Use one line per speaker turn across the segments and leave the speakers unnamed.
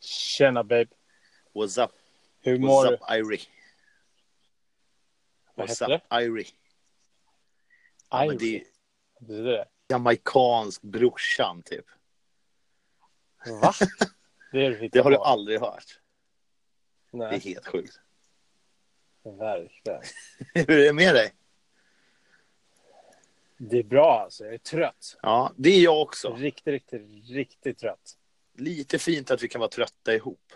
Tjena babe.
What's up?
Hur mår
What's
du?
up Irie?
Vad
What's
heter
up Irie? Ja, men det
Ivory.
är
Det är det.
jamaikansk brorsan typ.
Va? Det är du
Det har du
på.
aldrig hört. Det är
Nej,
helt sjukt.
verkligen.
Hur är det med dig?
Det är bra alltså. Jag är trött.
Ja, det är jag också.
Riktigt, riktigt, riktigt trött.
Lite fint att vi kan vara trötta ihop.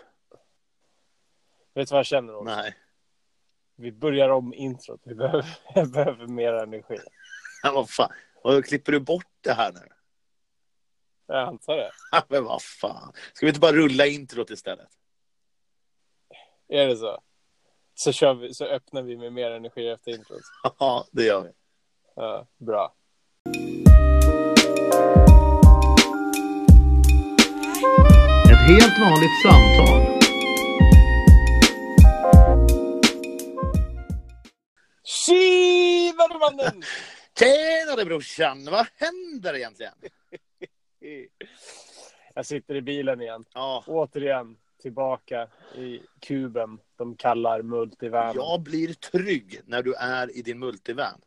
Vet du vad jag känner också?
Nej,
Vi börjar om introt. Vi behöver, jag behöver mer energi.
men vad fan. Och klipper du bort det här nu?
Jag antar det.
Men vad fan. Ska vi inte bara rulla introt istället?
Är det så? Så, kör vi, så öppnar vi med mer energi efter introt.
Ja, det gör vi.
Ja, bra.
Ett helt vanligt samtal.
Tjenare mannen!
Tjenare brorsan, vad händer egentligen?
Jag sitter i bilen igen.
Ja,
Återigen tillbaka i kuben de kallar multivan.
jag blir trygg när du är i din multivan.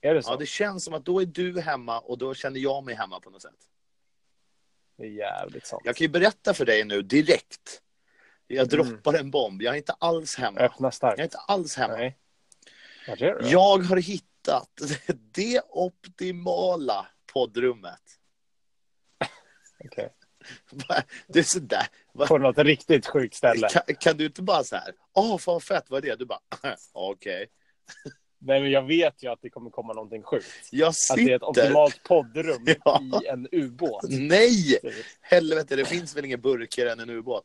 Är det så?
Ja, det känns som att då är du hemma och då känner jag mig hemma på något sätt.
Det är jävligt sant.
Jag kan ju berätta för dig nu direkt. Jag
Mm.
droppar en bomb. Jag är inte alls hemma.
Öppna
Jag
starkt.
är inte alls hemma.
Nej. Vad gör du? då?
Jag har hittat det optimala poddrummet.
Okej.
Va? Det är sådär. Va?
På något riktigt sjukt ställe.
Kan, kan du inte bara så här, åh fan vad fett, vad är det? Du bara, okej.
Nej, men jag vet ju att det kommer komma någonting sjukt.
Jag
Att det är ett
sitter...
optimalt poddrum
Ja.
i en ubåt.
Nej! Helvete, det finns väl ingen burkare än en ubåt.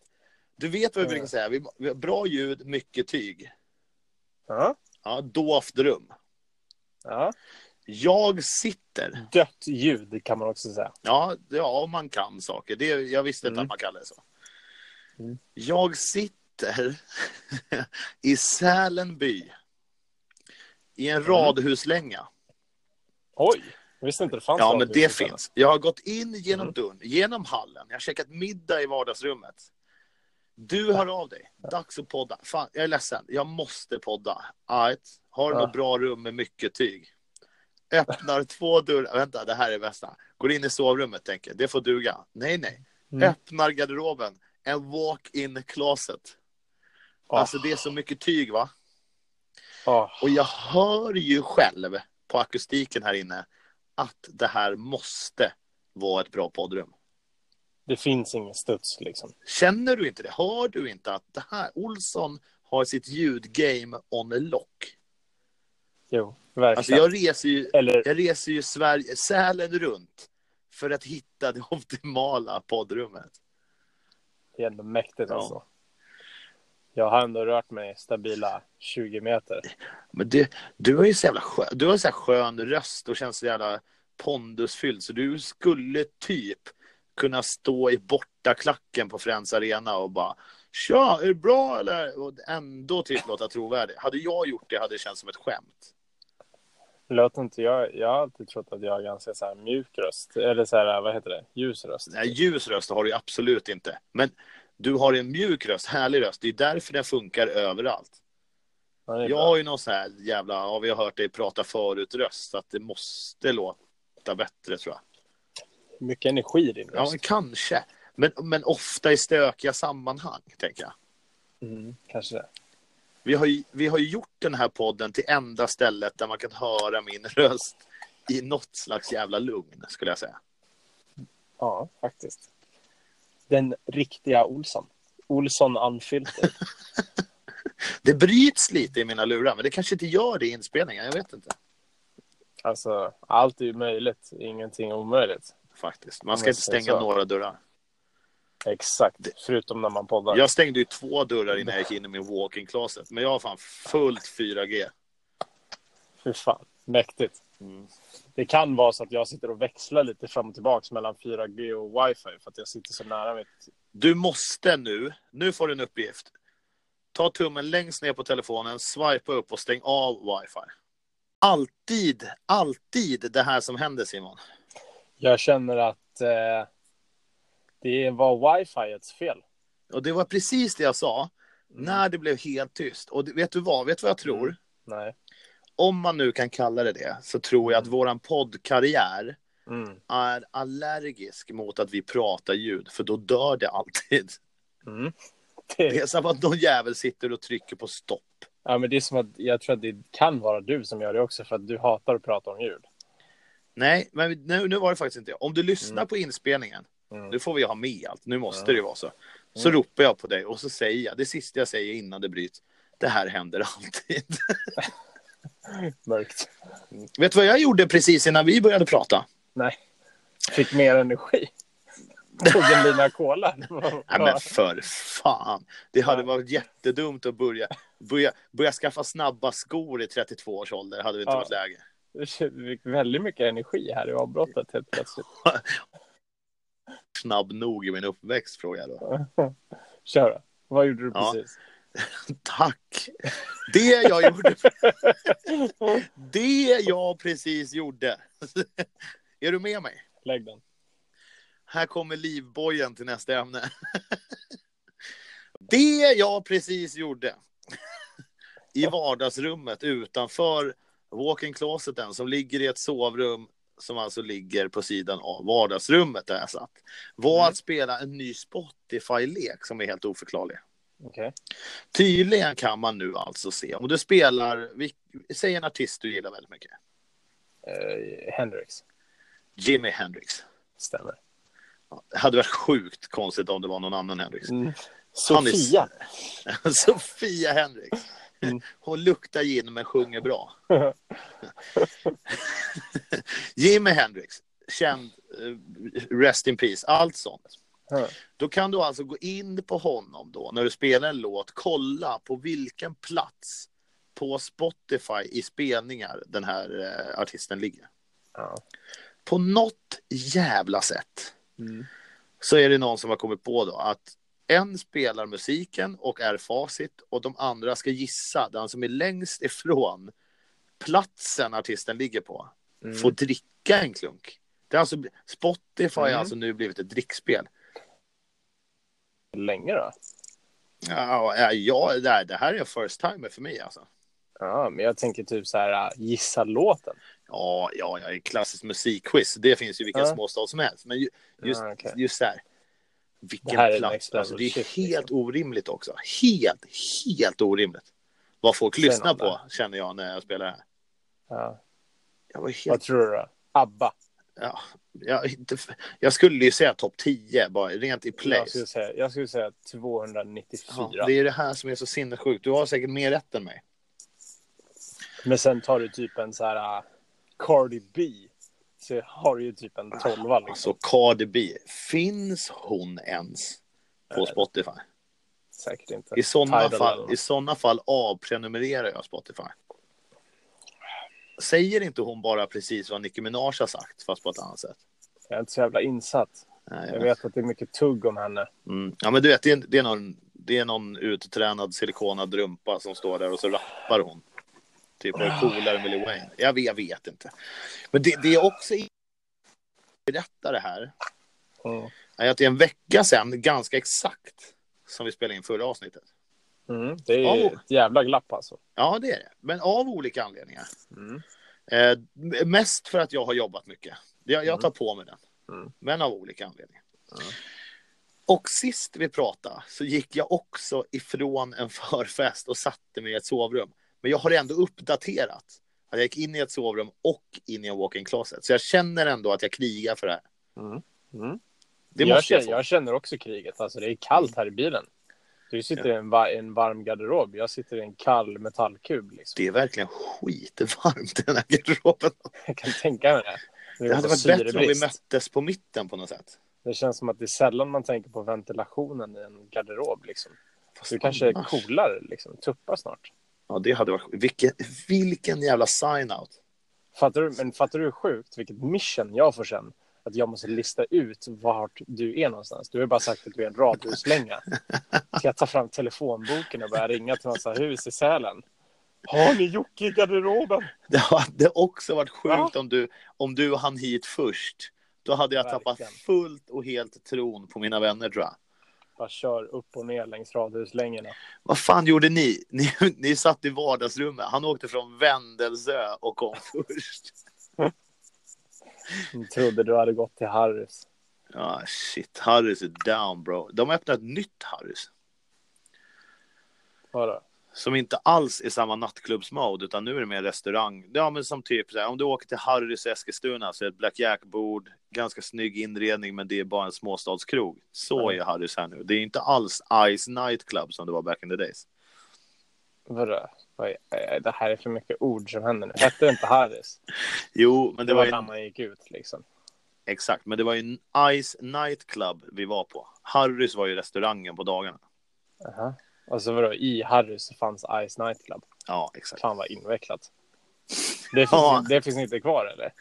Du vet vad vi
Ja.
brukar säga, vi, vi har bra ljud, mycket tyg.
Ja.
Ja, dovt rum.
Ja.
Jag sitter.
Dött ljud kan man också säga.
Ja, ja om man kan saker. Det, jag visste inte
Mm.
att man kallade det så.
Mm.
Jag sitter i Sälenby. I
Mm.
en radhuslänga.
Oj! Jag visste inte det fanns
Ja,
något
men
hus
det
i stället.
finns. Jag har gått in genom
Mm.
dörren, genom hallen. Jag har käkat middag i vardagsrummet. Du hör av dig. Dags att podda. Fan, jag är ledsen. Jag måste podda. Right. Har du
Ja.
något bra rum med mycket tyg? Öppnar två dörrar. Vänta, det här är bästa. Går in i sovrummet, tänker Det får duga. Nej, nej.
Mm.
Öppnar garderoben. En walk-in closet.
Åh,
Alltså, det är så mycket tyg, va?
åh.
Och jag hör ju själv på akustiken här inne att det här måste vara ett bra poddrum.
Det finns ingen studs liksom.
Känner du inte det? Hör du inte att det här Olsson har sitt ljudgame on lock?
Jo, verkligen.
Alltså jag reser ju,
Eller
jag reser ju Sverige, Sälen runt för att hitta det optimala poddrummet.
Det är ändå mäktigt
Ja.
alltså. Jag har ändå rört mig stabila 20 meter.
Men du, du har ju så jävla skön, du har så här skön röst och känns så jävla pondusfylld så du skulle typ kunna stå i bortaklacken på Friends Arena och bara Tja, är det bra eller? Och ändå typ låta trovärdig. Hade jag gjort det hade det känts som ett skämt.
Låter inte jag, jag har alltid trott att jag har ganska så här mjuk röst. Eller så här, vad heter det? Ljus röst.
Nej, ljus röst har du ju absolut inte. Men du har en mjuk röst, härlig röst. Det är därför den funkar överallt.
Ja, det är
Jag
bra.
har ju någon sån här jävla, ja, vi har hört dig prata förut-röst, så att det måste låta bättre tror jag.
Mycket energi i din
Ja,
röst.
men kanske. Men, men ofta i stökiga sammanhang, tänker jag.
Mm, kanske det.
Vi har, ju, vi har ju gjort den här podden till enda stället där man kan höra min röst i något slags jävla lugn, skulle jag säga.
Ja, faktiskt. Den riktiga Olsson. Olsson Unfilter.
Det bryts lite i mina lurar, men det kanske inte gör det i inspelningen. Jag vet inte,
Alltså, allt är ju möjligt. Ingenting är omöjligt.
faktiskt. Man ska
Men
inte
säg så.
stänga några dörrar.
Exakt. Förutom när man poddar.
Jag stängde ju två dörrar innan jag gick in i min walk-in closet, men jag har fan fullt 4G.
Fy fan, mäktigt.
Mm.
Det kan vara så att jag sitter och växlar lite fram och tillbaka mellan 4G och wifi för att jag sitter så nära mitt...
Du måste nu, nu får du en uppgift. Ta tummen längst ner på telefonen, swipa upp och stäng av wifi. Alltid, alltid det här som händer Simon.
Jag känner att eh, det var wifiets fel.
Och det var precis det jag sa när det blev helt tyst. Och det- vet du vad, vet du vad jag tror?
Nej.
Om man nu kan kalla det det, så tror jag att våran poddkarriär
Mm.
är allergisk mot att vi pratar ljud, för då dör det alltid.
Mm.
Det är som att någon jävel sitter och trycker på stopp.
Ja, men det är som att jag tror att det kan vara du som gör det också för att du hatar att prata om ljud.
Nej, men nu, nu var det faktiskt inte jag. Om du lyssnar på inspelningen,
Mm.
nu får vi ha med allt, nu måste
Ja. Mm.
det ju vara så. Så ropar jag på dig och så säger jag, det sista jag säger innan det bryts, det här händer alltid.
Mörkt.
Vet du vad jag gjorde precis innan vi började prata?
Nej. Fick mer energi. Tog en lina cola. Det var
Nej,
bra.
men för fan. Det hade
Ja.
varit jättedumt att börja, börja, börja skaffa snabba skor i 32 års ålder. hade det inte
Ja.
varit läge.
Du fick väldigt mycket energi här i avbrottet helt plötsligt.
Snabb nog i min uppväxt, frågar jag då.
Kör då. Vad gjorde du
Ja.
precis?
Tack! Det jag gjorde... Det jag precis gjorde. Är du med mig?
Lägg den.
Här kommer livbojen till nästa ämne. Det jag precis gjorde i vardagsrummet utanför walk-in closeten som ligger i ett sovrum som alltså ligger på sidan av vardagsrummet där jag satt var
Mm.
att spela en ny Spotify-lek som är helt oförklarlig.
Okej.
Tydligen kan man nu alltså se om du spelar, vil- säg en artist du gillar väldigt mycket,
Eh, Hendrix.
Jimi Hendrix.
Stämmer.
Det hade varit sjukt konstigt om det var någon annan Hendrix.
Mm. Sofia.
Sofia Hendrix.
Mm.
Hon luktar gin men sjunger bra. Jimi Hendrix, känd, eh, rest in peace, allt sånt.
Ja.
Då kan du alltså gå in på honom då, när du spelar en låt, kolla på vilken plats på Spotify i spelningar den här eh, artisten ligger.
Ja.
På något jävla sätt
Mm.
så är det någon som har kommit på då att en spelar musiken och är facit och de andra ska gissa den som är längst ifrån platsen artisten ligger på
Mm.
får dricka en klunk. Det är alltså, Spotify har
Mm.
alltså nu blivit ett drickspel.
Länge då?
Ja, ja, ja, det här- det här är en first timer för mig alltså.
Ja, men jag tänker typ så här, äh, gissa låten.
Ja, ja, ja, en klassisk musikquiz. Det finns ju i vilken
Ja.
småstad som helst. Men ju, just,
Ja, okej.
just så här.
Det här är
Vilken
next
plats.
level
Alltså, det är
shit,
helt orimligt också. Helt, helt orimligt. Vad folk lyssnar
någon
på känner jag när jag spelar det här.
Ja.
Jag var
Vad
helt...
tror du då? ABBA.
Ja, jag, inte, jag skulle ju säga topp 10 bara rent i
Jag
place.
skulle, säga, jag skulle säga 294.
Ja, det är det här som är så sinnessjukt. Du har säkert mer rätt än mig.
Men sen tar du typ en så här äh, Cardi B. Så har du ju typ en 12 liksom.
Alltså Cardi B, finns hon ens på Spotify?
Säkert inte.
I sådana
Tidal
fall,
eller
i såna fall avprenumererar jag Spotify. Säger inte hon bara precis vad Nicki Minaj har sagt, fast på ett annat sätt?
Jag är inte så jävla insatt.
Nej,
Jag vet att det är mycket tugg om henne.
Mm. Ja, men du vet, det är, det, är någon, det är någon uttränad silikonad rumpa som står där och så rappar hon. Typ och är coolare än Lil Wayne. Jag vet, jag vet inte. Men det, det är också... Berätta det här.
Mm.
är Att det är en vecka sedan, ganska exakt, som vi spelade in förra avsnittet.
Mm. Det är
Oh.
ett jävla glapp alltså.
Ja, det är det. Men av olika anledningar.
Mm.
Eh, m- mest för att jag har jobbat mycket. Jag, jag tar på mig den.
Mm.
Men av olika anledningar. Och sist vi pratade så gick jag också ifrån en förfest och satte mig i ett sovrum. Men jag har ändå uppdaterat. Att jag gick in i ett sovrum och in i en walk-in closet. Så jag känner ändå att jag krigar för det här.
Mm. Mm.
Det
jag,
måste jag
känner,
få.
jag känner också kriget. Alltså, det är kallt här i bilen. Du sitter i en, va- en varm garderob. Jag sitter i en kall metallkub. Liksom.
Det är verkligen skitvarmt i den här garderoben.
Jag kan tänka mig det.
Det hade varit bättre om vi
Syrebrist.
möttes på mitten på något sätt.
Det känns som att det är sällan man tänker på ventilationen i en garderob. Liksom.
Fast
Du kanske är
annars-
coolare, liksom. tuppar snart.
Ja, det hade varit... Vilken, vilken jävla sign-out.
Fattar du, men fattar du hur sjukt vilket mission jag får sen? Att jag måste lista ut vart du är någonstans. Du har ju bara sagt att du är en radhuslänga. Ska jag ta fram telefonboken och börja ringa till massa hus i Sälen? Har ni Jocke i garderoben?
Det hade också varit sjukt
Ja.
om, du, om du hann hit först. Då hade jag tappat
Verkligen.
fullt och helt tron på mina vänner, tror jag.
Bara kör upp och ner längs radhuslängorna.
Vad fan gjorde ni? ni? Ni satt i vardagsrummet. Han åkte från Vändelsö och kom först.
Jag trodde du hade gått till Harrys.
Ah, shit, Harrys är down bro. De har öppnat ett nytt Harrys.
Vadå?
Som inte alls är samma nattklubbsmode utan nu är det mer restaurang. Ja men som typ så här, om du åker till Harrys i Eskilstuna så är det ett Black Jack-bord. Ganska snygg inredning men det är bara en småstadskrog. Så är Harrys här nu. Det är inte alls Ice Night Club som det var back in the days.
Vadå? Vad är- eh, Det här är för mycket ord som händer nu. Hette det inte Harrys?
Jo men
Det
det
var
var ju
när man gick ut liksom.
Exakt, men det var ju en Ice Night Club vi var på. Harrys var ju restaurangen på dagarna.
Aha. Och så Alltså, vadå, i Harrys så fanns Ice Night Club.
Ja, exakt.
Fan vad invecklat. Det finns,
Ja.
det finns inte kvar eller?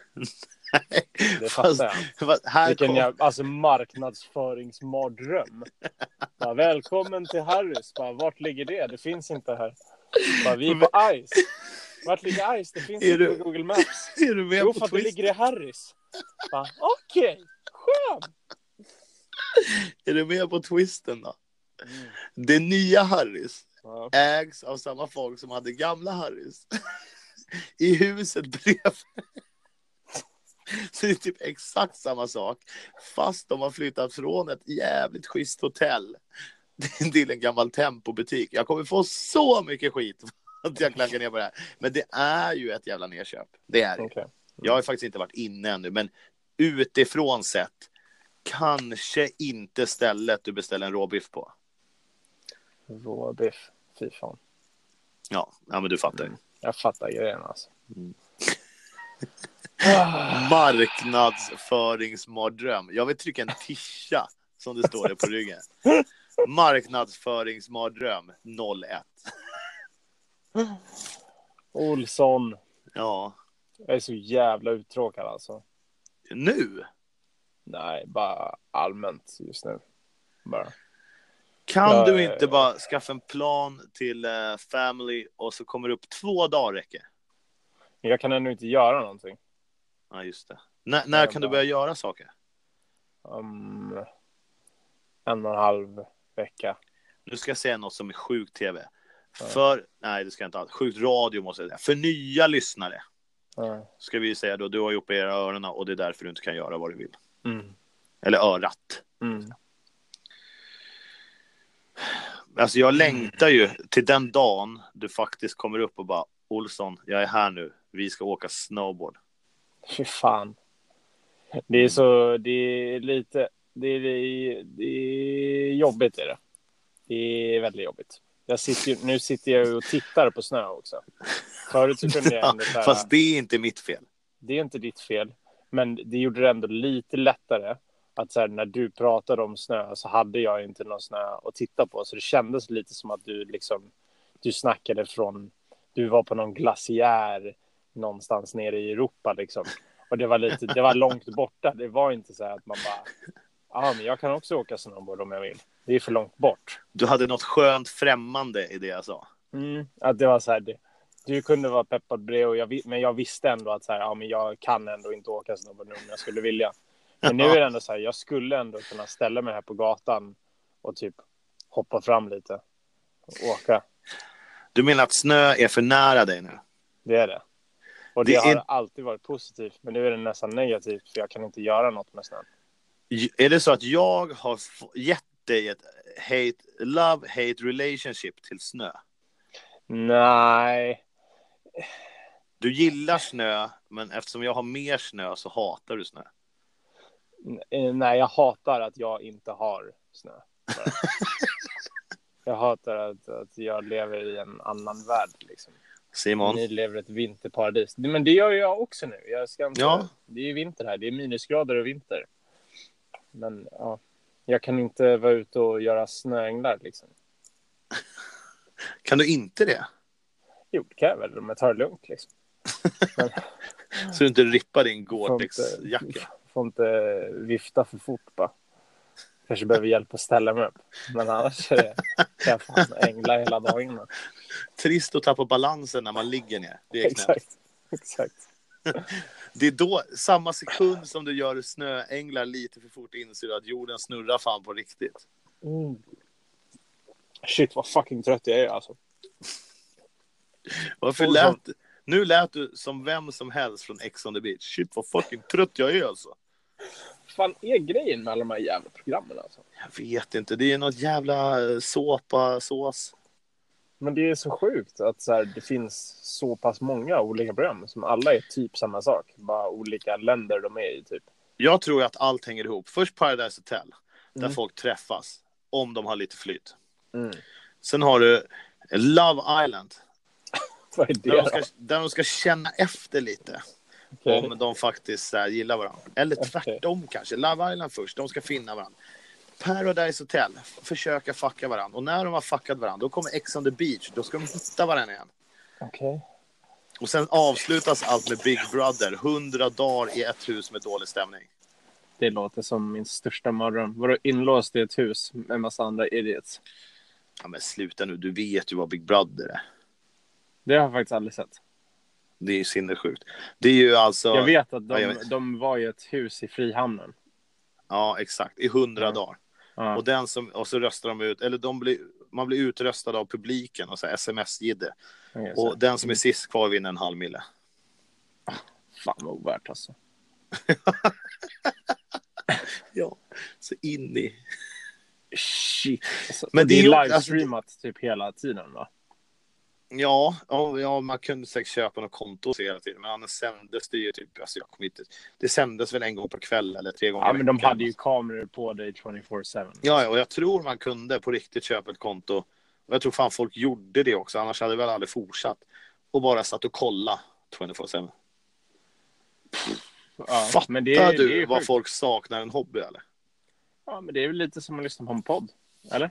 Det
Fast-
fattar jag.
fast här
Vilken
kom...
jävla, alltså marknadsföringsmardröm. Bara, välkommen till Harrys. Bara, vart ligger det? Det finns inte här. Bara, vi är på Ice. Vart ligger Ice? Det finns
Är
inte
du-
på Google Maps.
Är du med
Jo, för
på
att det
twist?
ligger i Harrys. Bara, Okej, skönt.
Är du med på twisten då?
Mm.
Det nya Harrys
Ja.
ägs av samma folk som hade gamla Harrys. I huset bredvid. Så det är typ exakt samma sak. Fast de har flyttat från ett jävligt schysst hotell till en gammal Tempo-butik. Jag kommer få så mycket skit för att jag klankar ner på det här. Men det är ju ett jävla nedköp. Det är det.
Okej.
Jag har ju faktiskt inte varit inne ännu, men utifrån sett kanske inte stället du beställer en råbiff på.
Råbiff. Fy fan.
Ja, ja men du fattar. ju.
Jag fattar grejen alltså.
Mm.
Ah,
Marknadsföringsmardröm. Jag vill trycka en tischa som det står det på ryggen. Marknadsföringsmardröm 01.
Olsson.
Ja,
Jag är så jävla uttråkad alltså.
nu
Nej, bara allmänt just nu. Bara.
kan
Ja,
du
ja,
inte bara skaffa en plan till eh, family och så kommer det upp två dagar räcker.
Men Jag kan ännu inte göra någonting.
Ja, just det. När- när
Ja,
kan du
bra.
börja göra saker?
Om en och en halv vecka.
Nu ska jag säga något som är sjukt tv.
Ja.
För, nej det ska jag inte alls. Sjukt radio måste jag säga. För nya lyssnare
Ja.
ska vi säga då. Du har ju opererat öronen och det är därför du inte kan göra vad du vill.
Mm.
Eller örat.
Mm.
Alltså jag längtar ju till den dagen du faktiskt kommer upp och bara Olsson, jag är här nu. Vi ska åka snowboard.
Fy fan. Det är så, det är lite, det är, det är jobbigt är det. Det är väldigt jobbigt. Jag sitter ju, nu sitter jag ju och tittar på snö också. Förut så kunde jag ändå så här,
Fast det är inte mitt fel.
det är inte ditt fel, men det gjorde det ändå lite lättare. Att så här, när du pratade om snö så hade jag inte någon snö att titta på, så det kändes lite som att du liksom, du snackade från, du var på någon glaciär någonstans nere i Europa liksom. Och det var lite, det var långt borta, det var inte så här att man bara, ja men jag kan också åka snowboard om jag vill, det är för långt bort.
Du hade något skönt främmande i det jag sa.
Mm, att det var så här, det, du kunde vara peppad på det, och jag, vi- men jag visste ändå att så här, ja, men jag kan ändå inte åka snowboard nu om jag skulle vilja. Men nu är det ändå så här, jag skulle ändå kunna ställa mig här på gatan och typ hoppa fram lite och åka.
Du menar att snö är för nära dig nu?
Det är det. Och det,
Det är-
har alltid varit positivt, men nu är det nästan negativt för jag kan inte göra något med snön.
J- Är det så att jag har f- gett dig ett hate, love hate relationship till snö?
Nej,
Du gillar snö, men eftersom jag har mer snö så hatar du snö.
N- eh, nej, jag hatar att jag inte har snö. Bara. jag hatar att, att jag lever i en annan värld liksom.
Simon,
Ni lever ett vinterparadis. Men det gör jag också nu. Jag ska inte...
Ja.
Det är ju vinter här. Det är minusgrader och vinter. Men ja, jag kan inte vara ute och göra snöänglar liksom.
kan du inte det?
Jo, det kan jag väl om jag tar det lugnt liksom.
Så du inte rippar din
Får inte-
Gore-Tex-jacka?
Får inte vifta för fort bara. Kanske behöver hjälp att ställa mig upp. Men annars är det, kan jag fan ängla hela dagen innan.
Trist att tappa balansen när man ligger ner. Det är, knäppt.
Exakt. Exakt.
det är då, samma sekund som du gör snöänglar lite för fort, inser du att jorden snurrar fan på riktigt.
Mm. Shit vad fucking trött jag är alltså.
Varför
Och
lät Nu lät du som vem som helst från Ex on the beach. Shit vad fucking trött jag är alltså.
fan är grejen med alla de här jävla programmen alltså?
Jag vet inte, det är något jävla eh, såpa, sås.
Men det är så sjukt att så här, det finns så pass många olika program som alla är typ samma sak. Bara olika länder de är i typ.
Jag tror att allt hänger ihop. Först Paradise Hotel, där
Mm.
folk träffas, om de har lite flyt.
Mm.
Sen har du Love Island,
Vad är det
där de,
då?
ska, där de ska känna efter lite
Okej.
om de faktiskt så här, gillar varandra. Eller tvärtom kanske. Love Island först, de ska finna varandra. Paradise Hotel, f- försöka fucka varandra. Och när de har fuckat varandra, då kommer Ex on the beach, då ska de hitta varandra igen.
Okej.
Och sen avslutas allt med Big Brother, 100 dagar i ett hus med dålig stämning.
Det låter som min största mardröm. Vadå inlåst i ett hus med en massa andra idiots?
Ja men sluta nu, du vet ju vad Big Brother är.
Det har jag faktiskt aldrig sett.
Det är ju sinnessjukt. Det är ju alltså...
Jag vet att
Ja,
de,
jag vet.
de var i ett hus i Frihamnen.
Ja, exakt. I 100
Ja.
dagar.
Ja.
Och, den som, och så röstar de ut, eller de blir, man blir utröstad av publiken och så här sms-jidder.
okej, så.
Och den som är sist kvar vinner en halv mille.
Fan vad ovärt alltså.
Ja, så in i...
Shit. Alltså,
Men
Men
det
det
är
är
ju- alltså,
livestreamat typ hela tiden va?
Ja, ja, ja, man kunde säkert köpa något konto och se hela tiden, men annars sändes det ju typ, alltså jag kommer inte... Det sändes väl en gång per kväll eller tre gånger
Ja
i
men de
veckan.
hade ju kameror på dig 24-7.
Ja, ja, och jag tror man kunde på riktigt köpa ett konto. Och jag tror fan folk gjorde det också, annars hade det väl aldrig fortsatt. Och bara satt och kolla 24-7.
Ja,
Fattar
men det är,
du
det är
vad
sjukt.
folk saknar en hobby eller?
Ja, men det är väl lite som att lyssna på en podd. Eller?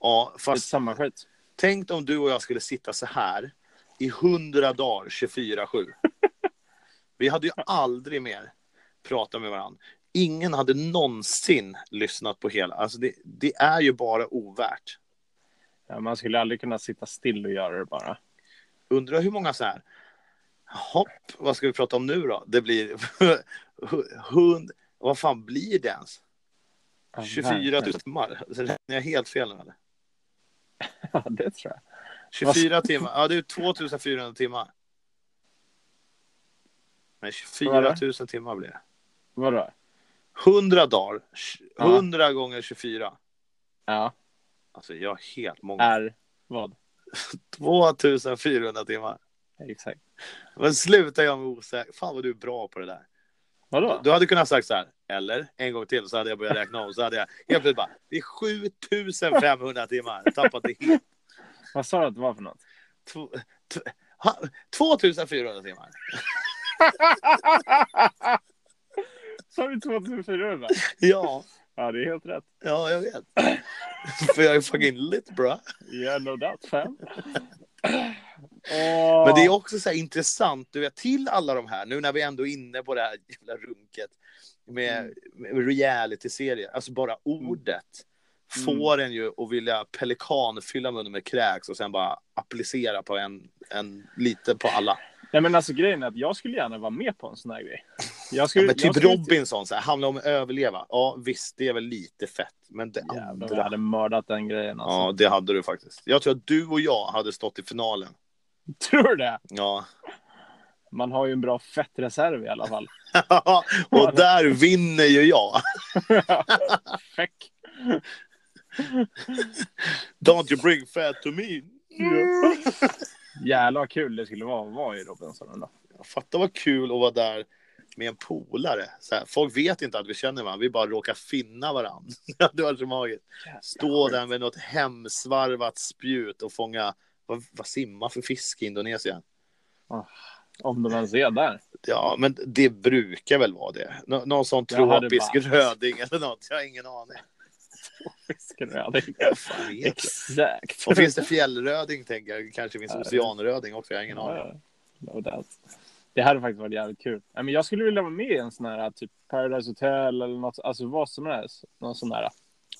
Ja,
Lite
fast
samma skit.
tänk om du och jag skulle sitta så här i 100 dagar 24-7. Vi hade ju aldrig mer pratat med varandra. Ingen hade någonsin lyssnat på hela. Alltså det, det är ju bara ovärt.
Ja, man skulle aldrig kunna sitta still och göra det bara.
Undrar hur många så här. Hopp, vad ska vi prata om nu då? Det blir hund. Vad fan blir det ens?
Ja,
24 000 timmar? Räknar jag helt fel nu eller?
Ja, det tror jag.
24 timmar. Ja, det är 2400 timmar.
Vad
Nej, 24
var
000 timmar blir det.
Vadå?
100 dagar.
Ja.
100 gånger 24.
Ja,
Alltså, jag har helt många.
är vad?
2400 timmar.
Exakt.
Men sluta jag med osäker. Fan vad du är bra på det där.
Vadå?
Du hade kunnat sagt så här, eller en gång till så hade jag börjat räkna om. Så hade jag helt plötsligt bara, det är 7500 timmar. Tappat det helt.
Vad sa du att det var för något?
Två- tw- ha- 2400 timmar.
Sa du 2400?
Ja,
Ja, det är helt rätt.
ja jag vet. För jag är fucking lit bra.
Yeah, no doubt fam.
Men det är också så här intressant, du vet, till alla de här, nu när vi ändå är inne på det här jävla runket med, med reality-serier, alltså bara ordet får en ju att vilja pelikanfylla munnen med kräks och sen bara applicera på en, en lite på alla.
Nej, men alltså grejen är att jag skulle gärna vara med på en sån här grej. Jag
Ja,
skulle,
men
jag
typ
skulle-
Robinson, så här, handlar om att överleva. Ja, visst, det är väl lite fett, men det
Jävlar, jag
andra.
hade mördat den grejen alltså.
Ja, det hade du faktiskt. Jag tror att du och jag hade stått i finalen.
Tror du det?
Ja,
Man har ju en bra fettreserv i alla fall.
och där vinner ju jag.
Fäck.
Don't you bring fat to me.
Jävlar vad kul det skulle vara att vara i Robinson ändå.
Fatta vad kul att vara där med en polare. Så här, folk vet inte att vi känner varandra, vi bara råkar finna varandra. det var så magiskt. Stå där med något hemsvarvat spjut och fånga, vad, vad simmar för fisk i Indonesien?
Om de ens är där.
Ja, men det brukar väl vara det. Nå någon sån
Jag hade
tropisk
bara-
röding eller något, jag har ingen aning.
Fisken är aldrig-
Jag fan vet inte.
Exakt.
Och finns det fjällröding, tänker jag. Kanske finns
Ja, det-
oceanröding också, jag har ingen aning.
Ja, no doubt. Det hade faktiskt varit jävligt kul. Nej, men jag skulle vilja vara med i en sån här typ Paradise Hotel eller något, alltså vad som helst. Någon sån där.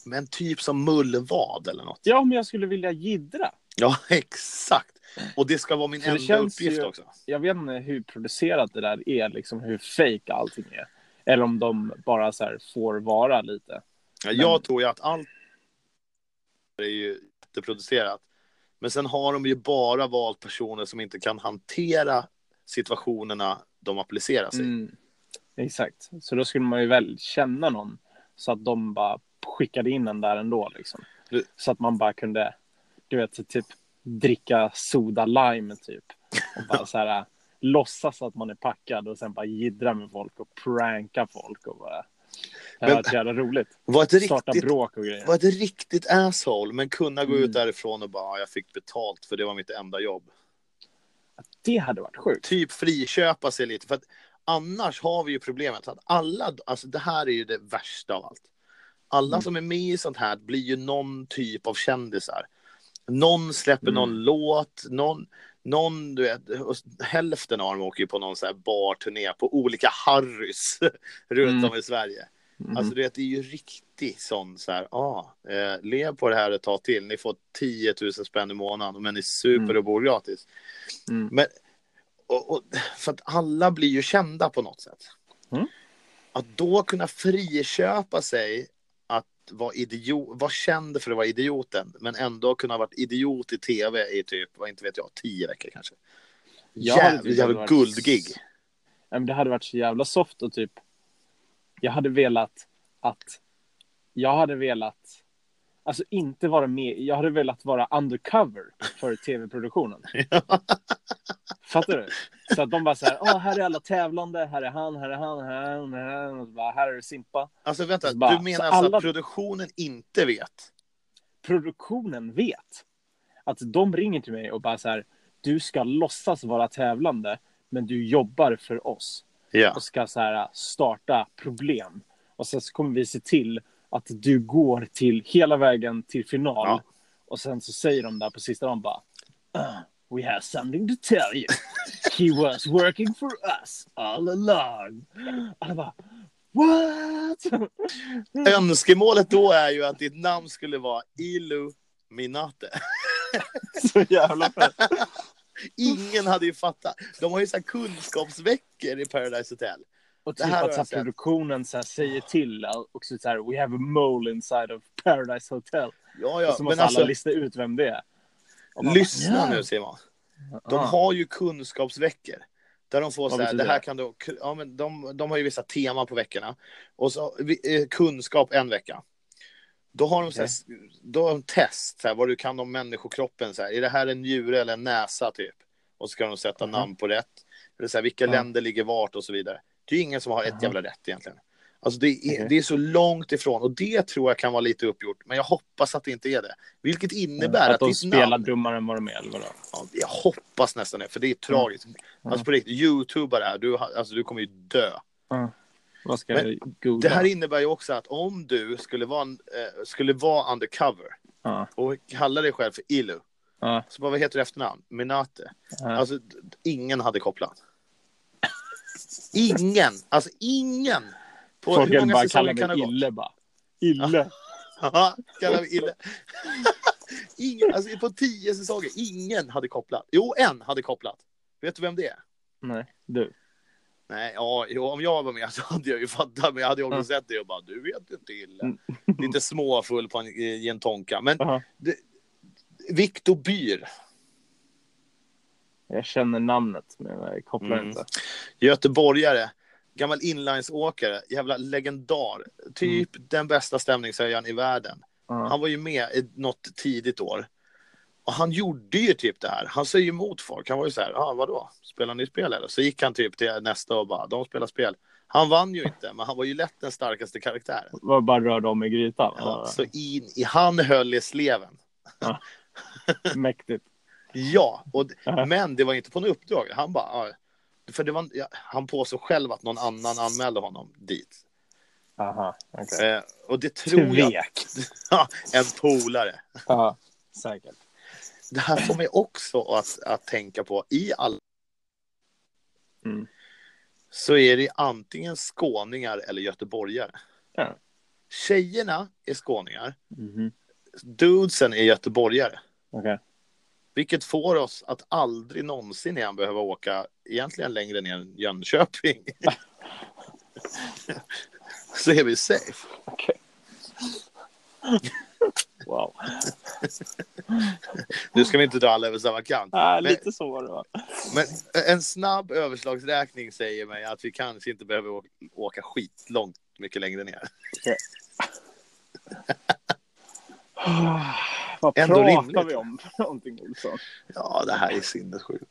Men typ som mullvad eller något.
Ja, men jag skulle vilja jiddra.
Ja, exakt. Och det ska vara min
För det
enda
känns
uppgift
ju-
också.
Jag vet inte hur producerat det där är, liksom hur fake allting är. Eller om de bara så här får vara lite.
Ja, Jag tror ju att allt Det är ju jätteproducerat. Men sen har de ju bara valt personer som inte kan hantera situationerna de applicerar sig.
Mm. Exakt. Så då skulle man ju väl känna någon så att de bara skickade in en där ändå liksom.
Du-
Så att man bara kunde, du vet, typ dricka soda lime typ. Och bara så här låtsas att man är packad och sen bara jiddra med folk och pranka folk och bara. Det
Men-
hade varit jävla roligt.
Var ett
Starta
riktigt,
bråk och grejer.
var ett riktigt asshole, men kunna gå
Mm.
ut därifrån och bara "Ja, jag fick betalt för det var mitt enda jobb.
Det hade varit sjukt.
Typ friköpa sig lite, för att annars har vi ju problemet att alla, alltså det här är ju det värsta av allt. Alla
Mm.
som är med i sånt här blir ju någon typ av kändisar. Någon släpper
Mm.
någon låt, någon, någon du vet, och hälften av dem åker ju på någon så här barturné på olika Harrys runt
Mm.
om i Sverige.
Mhm.
Alltså du vet, det är ju riktigt sån så här, ah, eh, lev på det här ett tag till. Ni får 10 000 spänn i månaden, men ni super
Mm.
och bor gratis.
Mm.
Men, och, och, för att alla blir ju kända på något sätt.
Mm.
Att då kunna friköpa sig att vara idiot, vara känd för att vara idioten, men ändå kunna ha varit idiot i tv i typ, vad inte vet jag, tio veckor kanske.
Jag hade
Jävligt
tyckt
jävla
det hade varit-
guldgig.
Ja, men det hade varit så jävla soft och typ. Jag hade velat att. Jag hade velat. Alltså inte vara med. Jag hade velat vara undercover för tv-produktionen. Fattar du? Så att de bara så här. Åh, här är alla tävlande. Här är han, här är han, här är han. Här är, han. Och så bara, här är Simpa.
Alltså vänta,
Så bara-
du menar
så
alltså
alla-
att produktionen inte vet?
Produktionen vet. Att de ringer till mig och bara så här. Du ska låtsas vara tävlande. Men du jobbar för oss.
Ja.
och ska så här, äh, starta problem. Och sen så kommer vi se till att du går till hela vägen till final.
Ja.
Och sen så säger de där på sista dagen bara "Uh, We have something to tell you. He was working for us all along. Alla bara What?
Önskemålet då är ju att ditt namn skulle vara Illuminate.
så jävla fett.
Ingen hade ju fattat. De har ju så här kunskapsveckor i Paradise Hotel.
Och
Det
typ
här har
att så här,
jag sett.
produktionen så här, säger till äh, och så så här We have a mole inside of Paradise Hotel.
Ja,
Och
ja,
så
men
måste alla
alltså
lista ut vem det är. Och man bara,
lyssna
"Ja."
nu Simon. De
Ja.
har ju kunskapsveckor. Där de får
Vad
så här, det
betyder
här
det?
kan du, ja, men de, de har ju vissa teman på veckorna. Och så vi- eh, kunskap en vecka. Då har de, så här, då har de test, så här, vad du kan om människokroppen. Så här. Är det här en njure eller en näsa typ? Och så ska de sätta
Mhm.
namn på rätt. Eller så här, vilka
Ja.
länder ligger vart och så vidare. Det är ju ingen som har ett
Aha.
jävla rätt egentligen. Alltså det, är,
Okej.
det är så långt ifrån och det tror jag kan vara lite uppgjort. Men jag hoppas att det inte är det. Vilket innebär
att,
att,
de
ditt
spelar
namn...
dummare än vad de är, eller vadå?
Ja, jag hoppas nästan det, för det är tragiskt.
Mm.
Alltså på riktigt, youtuba det här, du, ha- alltså, du kommer ju dö.
Vad ska
Men
jag googla?
Det här innebär ju också att om du skulle vara, en, eh, skulle vara undercover
Ja,
och kalla dig själv för Illu,
ja,
så bara, vad heter du i efternamn? Minate.
ja.
Alltså, d- d- ingen hade kopplat. Ingen! Alltså ingen! På
Folk
hur
hade
många
bara
säsonger
kallar
kan det
mig
ha gått?
Ille bara. Ille.
Ja, kallar mig Ille. ingen, alltså på tio säsonger, ingen hade kopplat. Jo, en hade kopplat. Vet du vem det är?
Nej, du.
Nej, ja, jo, om jag var med så hade jag ju fattat, men jag hade ju också sett det och bara, du vet ju inte illa.
Mm.
Lite småfull på en, i en tonka. Men
Aha.
Viktor Byr,
Jag känner namnet, men jag kopplar
Mm.
inte.
göteborgare, gammal inlinesåkare, jävla legendar. Typ den bästa stämningshöjaren i världen.
Mm. Ja.
Han var ju med i något tidigt år. Och han gjorde ju typ det här. Han säger ju emot folk. Han var ju så här, ah, vadå, spelar ni spel eller? Så gick han typ till nästa och bara, de spelar spel. Han vann ju inte, men han var ju lätt den starkaste karaktären.
Var bara rörd om i grytan.
Ja,
Ja.
så in i, han höll i sleven.
Mäktigt.
Ja, och, d-
Ja.
men det var inte på något uppdrag. Han bara, "Ja." för det var, ja, han påstod själv att någon annan anmälde honom dit.
Aha, okej.
Eh, och det tror jag,
Tvek.
en polare.
Ja, säkert.
Det här får mig också att, att tänka på i alla.
Mm.
Så är det antingen skåningar eller göteborgare.
Ja.
Tjejerna är skåningar,
Mhm.
dudesen är göteborgare.
Okej.
Vilket får oss att aldrig någonsin igen behöva åka egentligen längre ner än Jönköping. Så är vi safe.
Okej. Wow.
Nu ska vi inte dra alla över samma kant.
Äh,
Men-
lite så var det va?
Men en snabb överslagsräkning säger mig att vi kanske inte behöver å- åka skitlångt mycket längre ner.
Ah, Vad
Ändå
pratar
rimligt.
vi om för någonting Olsson?
Ja, det här är sinnessjukt.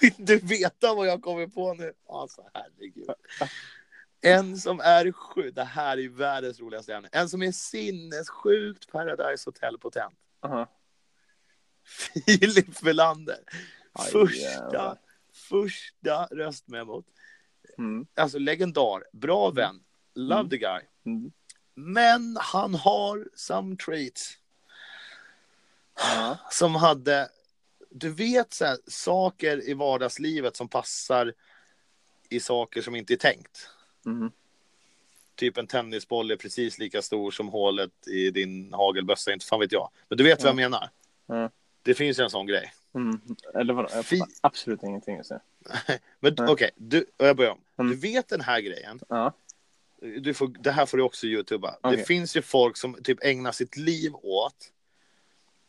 Vill du veta vad jag kommer på nu? Alltså, herregud. En som är sjuk, det här är ju världens roligaste ämne. En som är sinnessjukt Paradise Hotel-potent.
Aha.
Filip Velander.
Aj,
Första,
jävlar.
första röstmemot.
Mm.
Alltså legendar, bra vän, love the guy.
Mm.
Men han har some traits
Ja.
som hade, du vet så här, saker i vardagslivet som passar i saker som inte är tänkt.
Mm.
Typ en tennisboll är precis lika stor som hålet i din hagelbössa, inte fan vet jag. Men du vet vad jag
Mm.
menar.
Ja.
Det finns ju en sån grej.
Mm. Eller vadå? Jag fattar
Fi-
absolut ingenting just nu.
Men
Ja.
okej, du, jag börjar om.
Mm.
Du vet den här grejen.
Ja.
du får, det här får du också youtuba. Det
Okej.
finns ju folk som typ ägnar sitt liv åt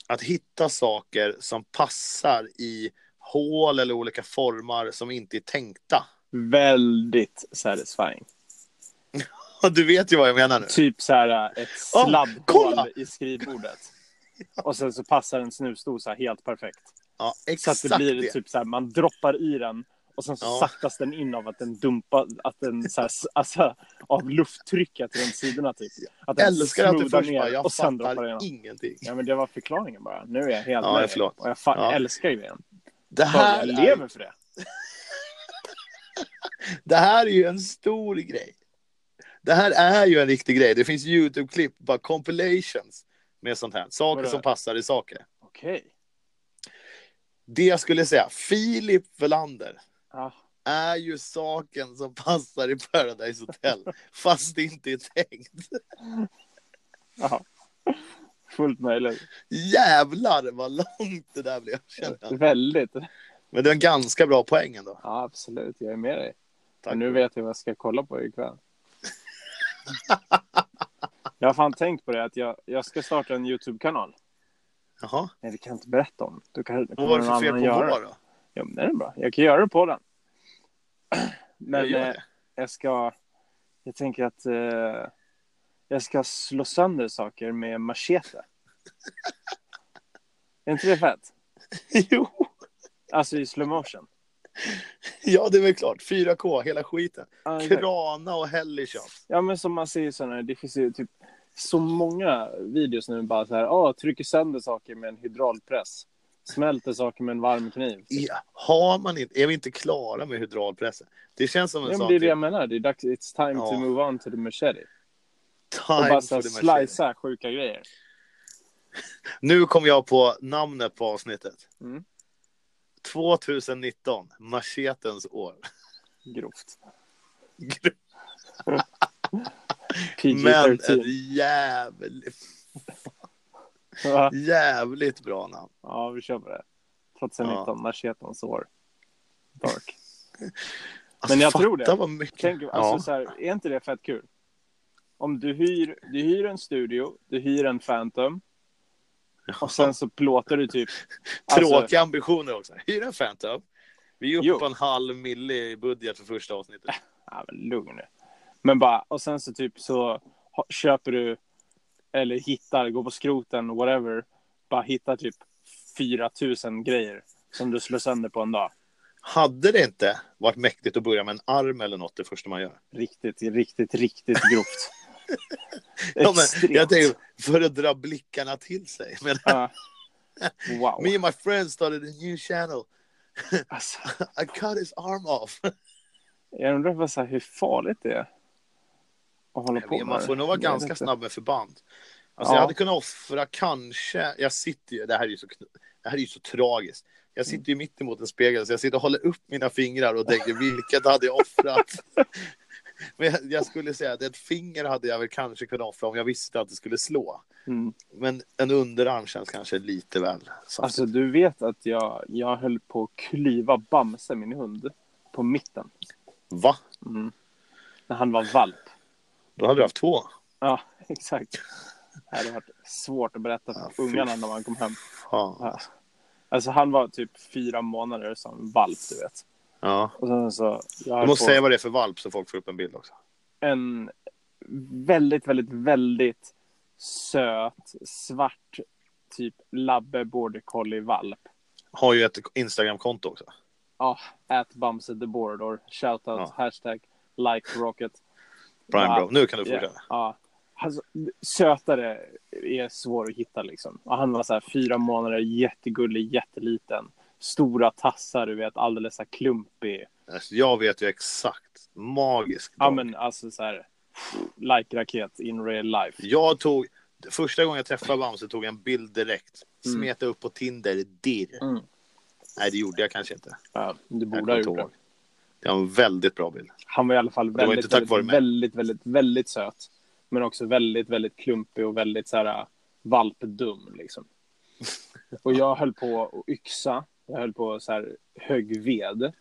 att hitta saker som passar i hål eller olika former som inte är tänkta.
Väldigt satisfying.
Och Du vet ju vad jag menar nu.
Typ så här ett
Åh,
sladdhål
kolla!
i skrivbordet. Och sen så passar en snusdosa helt perfekt.
Ja,
Så
exakt
att det blir
det.
typ så här, man droppar i den och sen så
Ja.
saktas den in av att den dumpar, att den så här, s- alltså av lufttrycket runt sidorna typ. Att
Jag
den
älskar att du
smoothar
först bara,
ner
jag
och sen droppar
fattar
den.
ingenting.
Ja men det var förklaringen bara. Nu är jag helt
Ja,
med
ja,
dig.
förlåt.
Och jag fan,
Ja.
älskar ju den.
Det
Fan,
här,
jag
är,
lever för det.
det här är ju en stor grej. Det här är ju en riktig grej. Det finns YouTube-klipp, bara compilations med sånt här. Saker
Vadå?
som passar i saker.
Okej.
Det jag skulle säga, Filip Velander
Ja.
är ju saken som passar i Paradise Hotel, fast det inte är tänkt.
Jaha. Fullt möjligt.
Jävlar vad långt det där blev, känner jag.
Väldigt.
Men det var en ganska bra poäng ändå.
Ja, absolut. Jag är med dig.
Tack.
Men nu vet jag vad jag ska kolla på ikväll. jag har fan tänkt på det att jag, jag ska starta en YouTube-kanal.
Jaha.
Nej, det kan jag inte berätta om. Då kan,
Vad
kommer
var det
någon
för fel
annan
på
göra
vår
det.
då?
Ja, men det är bra. Jag kan göra det på den.
Jag
Men eh,
gör
jag,
det.
jag ska... Jag tänker att eh, jag ska slå sönder saker med machete. är inte det fett?
Jo,
Alltså i slow motion.
ja det är väl klart. 4K, hela skiten.
Ja, exakt.
Krana och Hellishop.
Ja, men som man ser i sådana, det finns ju typ så många videos nu bara så här, ah, trycker sönder saker med en hydraulpress, smälter saker med en varm kniv.
Ja, har man inte, är vi inte klara med hydraulpressen? Det känns som en
Ja, men
sån
det är
typ,
det jag menar, det är dags, it's time
Ja.
to move on to the machete. Och bara
time for
så
the
här,
machine.
slicea sjuka grejer.
Nu kom jag på namnet på avsnittet.
Mm.
2019, machetens år.
Grovt.
Grymt. Men ett
PG-13.
jävligt, eh,
Va?
jävligt bra namn.
Ja, vi kör på det. 2019, machetens år. Dark.
Alltså,
Men jag
fatta
tror det.
Vad mycket...
Tänk, alltså,
ja.
så här, är inte det fett kul? Om du hyr, du hyr en studio, du hyr en Phantom och sen så plåtar du typ...
Tråkiga
Alltså,
ambitioner också. Hyra en Phantom. Vi är uppe
Jo.
på en halv mille i budget för första avsnittet.
ja, men lugn nu. Men bara, och sen så typ så ha- köper du eller hittar, går på skroten, whatever. Bara hittar typ 4000 grejer som du slår sönder på en dag.
Hade det inte varit mäktigt att börja med en arm eller något det första man gör?
Riktigt, riktigt, riktigt grovt.
Ja, men
Extremt.
jag tänker, för att dra blickarna till sig. Men,
Ja. Wow.
Me and my friend started a new channel.
Alltså,
I cut his arm off.
jag undrar bara så här, hur farligt det är att hålla
Jag
på
vet,
med
man
det.
får nog vara
Jag vet
ganska
inte.
snabb med förband. Alltså
Ja.
jag hade kunnat offra kanske, jag sitter ju, det här är ju så, kn- det här är ju så tragiskt. Jag
Mm.
sitter ju mitt emot en spegel så jag sitter och håller upp mina fingrar och tänker vilket hade jag offrat? Men jag, jag skulle säga att ett finger hade jag väl kanske kunnat offra om jag visste att det skulle slå.
Mm.
Men en underarm känns kanske lite väl. Så.
Alltså, du vet att jag, jag höll på att klyva Bamse, min hund, på mitten.
Va?
Mm. När han var valp.
Då hade du haft två.
Ja, exakt. Det hade varit svårt att berätta för
Ja, fy
ungarna när man kom hem.
Fan.
Ja. Alltså han var typ fyra månader som valp, du vet.
Ja.
Och sen så, jag
Du
höll
måste
på
säga vad det är för valp så folk får upp en bild också.
en väldigt, väldigt, väldigt söt, svart, typ labbe border collie valp.
Har ju ett Instagramkonto också.
Ja, at Bamse the Border, shoutout,
Ja.
hashtag, like rocket.
Prime
Ja.
bro. Nu kan du
Ja,
fortsätta.
ja. Alltså, sötare är svår att hitta liksom. Och han var så här fyra månader, jättegullig, jätteliten. Stora tassar, du vet, alldeles så här klumpig.
Alltså, jag vet ju exakt. Magisk
Ja,
dog.
men alltså så här, like raket in real life.
Jag tog... Första gången jag träffade Bamse tog jag en bild direkt. Smeta upp på Tinder, dirr.
Mm.
Nej, det gjorde jag kanske inte.
Ja, du
Jag
borde ha
kommer inte
gjort det.
ihåg. Det var en väldigt bra bild.
Han var i alla fall
var
väldigt,
inte tack vare
väldigt,
mig.
väldigt, väldigt, väldigt söt. Men också väldigt, väldigt klumpig och väldigt så här äh, valpdum liksom. Och jag höll på att yxa. Jag höll på att så här högg ved.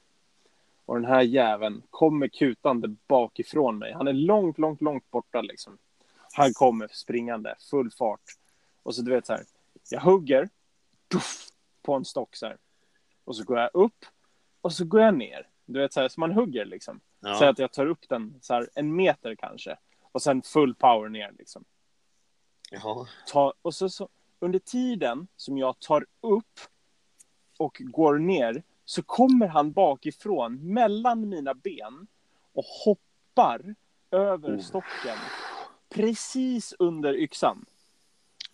Och den här jäveln kommer kutande bakifrån mig. Han är långt, långt, långt borta liksom. Han kommer springande, full fart. Och så du vet så här, jag hugger tuff, på en stock så här. Och så går jag upp och så går jag ner. Du vet så här, så man hugger liksom.
Ja.
Så att jag tar upp den så här, en meter kanske. Och sen full power ner liksom.
ja.
Ta, och så, så under tiden som jag tar upp och går ner så kommer han bakifrån mellan mina ben och hoppar över
Oh.
stocken precis under yxan.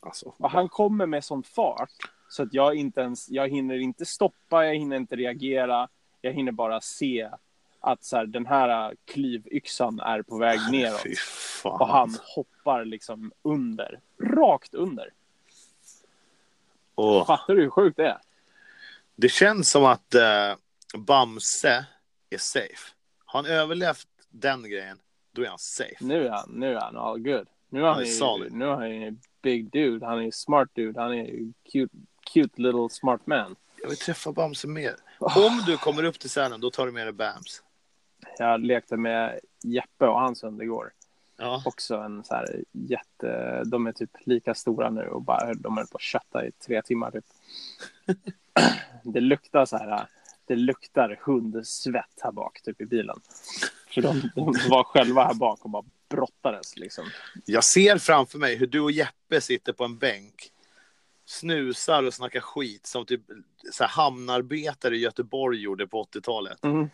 Alltså.
Och han kommer med sån fart så att jag inte ens, jag hinner inte stoppa, jag hinner inte reagera, jag hinner bara se att så här, den här klyvyxan är på väg neråt.
Fy fan.
Och han hoppar liksom under, rakt under.
Åh.
Fattar du hur sjukt det är?
Det känns som att eh, Bamse är safe. Har han överlevt den grejen, då är han safe.
Nu är han, nu är han all good. Nu är han,
är
ju,
solid.
nu är han ju big dude, han är ju smart dude, han är ju cute, cute little smart man.
Jag vill träffa Bamse mer. Om du kommer upp till Sälen, då tar du med dig Bams.
Jag lekte med Jeppe och hans hund igår.
Ja.
också en så här jätte... De är typ lika stora nu och bara, de höll på att kötta i tre timmar typ. Det luktar så här, det luktar hundsvett här bak typ i bilen. För de, de var själva här bak och bara brottades liksom.
Jag ser framför mig hur du och Jeppe sitter på en bänk, snusar och snackar skit som typ så här, hamnarbetare i Göteborg gjorde på 80-talet.
Mm.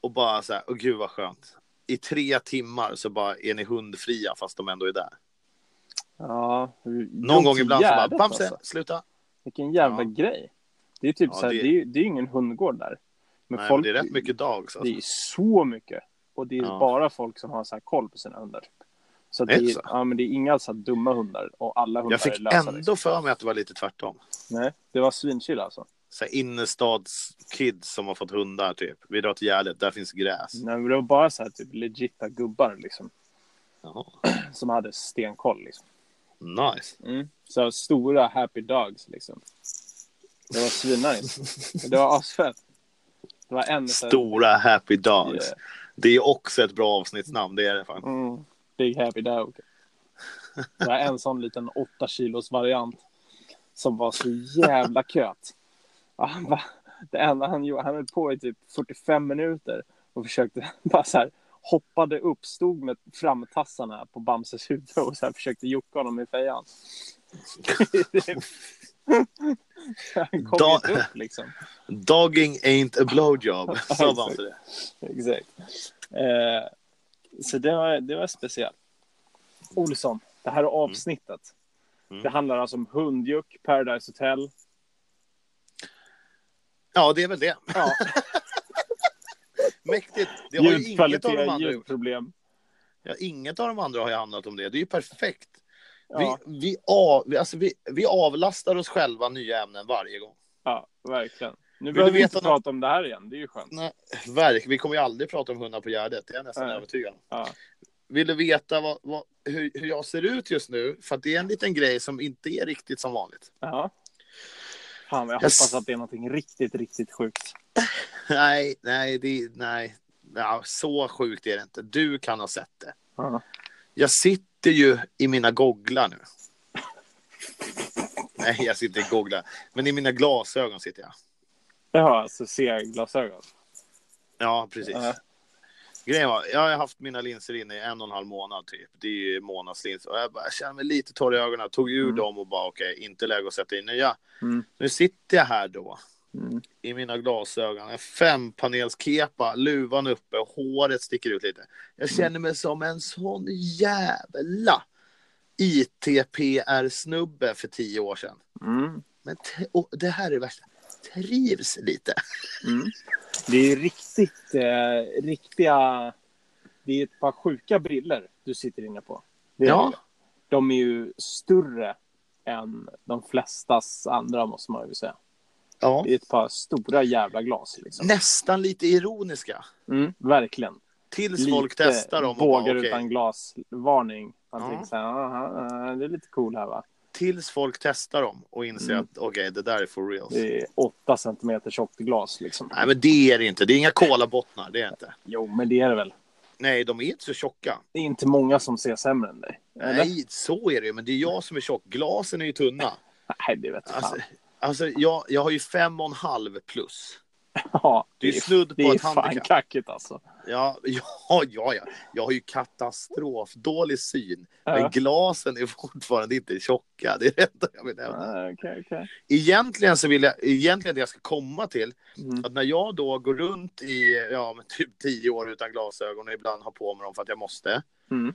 Och bara så här, åh gud vad skönt. I tre timmar så bara är ni hundfria fast de ändå är där.
Ja,
Någon gång ibland så bara,
jävligt,
Bamse,
alltså.
sluta.
Vilken jävla
Ja.
grej. Det är typ
Ja,
så här,
det-
det är ju det är ju ingen hundgård där. Men
Nej,
folk,
men det är rätt mycket dags.
Det
Alltså.
är så mycket. Och det är
Ja.
bara folk som har så här koll på sina hundar. typ. Så att det,
Är det
är,
så?
ja, men det är inga så här dumma hundar och alla hundar
Jag fick
är lösa. liksom.
ändå för mig att det var lite tvärtom.
Nej, det var svinchill alltså.
Så här innerstadskids som har fått hundar typ. Vi drar till Gärdet, där finns gräs.
Nej, men det var bara så här typ legitta gubbar liksom.
Jaha.
Som hade stenkoll liksom.
Nice.
Mm. Så här stora happy dogs liksom. Det var svinnice. det var asfett. Det var en så här-
Stora Happy Dogs.
Yeah.
Det är också ett bra avsnittsnamn, det är det fan.
Mm. Big happy dog. Det var en sån liten 8 kilos variant som var så jävla köt. Ja, Han bara, det enda han gjorde, han höll på i typ 45 minuter och försökte bara så här hoppade upp, stod med framtassarna på Bamses huvud och så här försökte jucka honom i fejan. Han kom
Da-
inte upp liksom.
Dogging ain't a blowjob, sa Bamse det.
Exakt. Eh, så det var, det var speciellt. Olsson, det här avsnittet.
Mm.
Det handlar alltså om Hundjuck, Paradise Hotel.
Ja, det är väl det.
Ja,
Mäktigt. Det har ju inget av de
ljudkvalitet,
andra gjort.
ljudproblem.
Ja, inget av de andra har ju handlat om det. Det är ju perfekt.
Ja,
Vi, vi, av, vi, alltså vi, vi avlastar oss själva nya ämnen varje gång.
ja, verkligen. Nu
Vill
behöver
du
vi
veta
inte prata om det här igen. Det är ju skönt.
Verk, vi kommer ju aldrig prata om hundar på Gärdet, det är jag nästan
Nej.
övertygad om.
Ja.
Vill du veta vad, vad, hur, hur jag ser ut just nu? För att det är en liten grej som inte är riktigt som vanligt.
Ja. Fan, vad jag
Jag s-
hoppas att det är någonting riktigt, riktigt sjukt.
Nej, nej, det, nej. Ja, så sjukt är det inte. Du kan ha sett det.
Ja.
Jag sitter sitter ju i mina gogglar nu. Nej, jag sitter i gogglar. Men i mina glasögon sitter jag.
Jaha, alltså C-glasögon.
Ja, precis.
Ja.
Grejen var, jag har haft mina linser inne i en och en halv månad typ. Det är ju månadslinser. Och jag bara, jag känner mig lite torr i ögonen. Tog ur
Mm.
dem och bara okej, inte läge att sätta in nya.
Mm.
Nu sitter jag här då
Mm.
i mina glasögon. En fempanelskepa, luvan uppe och håret sticker ut lite.
Mm.
Jag känner mig som en sån jävla ITPR-snubbe för tio år sedan.
Mm.
Men t- och det här är det värsta. Trivs lite.
Mm. Det är ju riktigt, eh, riktiga... Det är ett par sjuka briller du sitter inne på. Det är
Ja.
det. De är ju större än de flestas andra, måste man ju säga.
ja.
Det är ett par stora jävla glas. Liksom.
Nästan lite ironiska.
Mm, verkligen.
Tills folk testar dem. Och bara,
bågar
okej.
utan glas-varning. Man
Ja.
tänker så här, "Aha, aha, det är lite cool här va?
Tills folk testar dem och inser
Mm.
att okej, det där är for reals.
Det är åtta centimeter tjockt glas liksom.
Nej, men det är det inte. Det är inga kolabottnar. Det är det inte.
Jo, men det är det väl.
Nej, de är inte så tjocka.
Det är inte många som ser sämre än dig. Eller?
Nej, så är det ju. Men det är jag som är tjock. Glasen är ju tunna.
Nej, det vet jag
Alltså,
fan.
alltså jag, jag har ju fem och en halv plus.
Ja,
Det är snudd
det
på
är
ett
fan
handikapp.
kackigt alltså.
Ja, ja, ja, ja. Jag har ju katastrof, dålig syn.
Ja.
Men glasen är fortfarande inte tjocka. Det är det enda jag vill nämna.
Ah, Okej, okej.
Egentligen så vill jag, egentligen det jag ska komma till,
Mm.
att när jag då går runt i ja, men typ tio år utan glasögon och ibland har på mig dem för att jag måste.
Mm.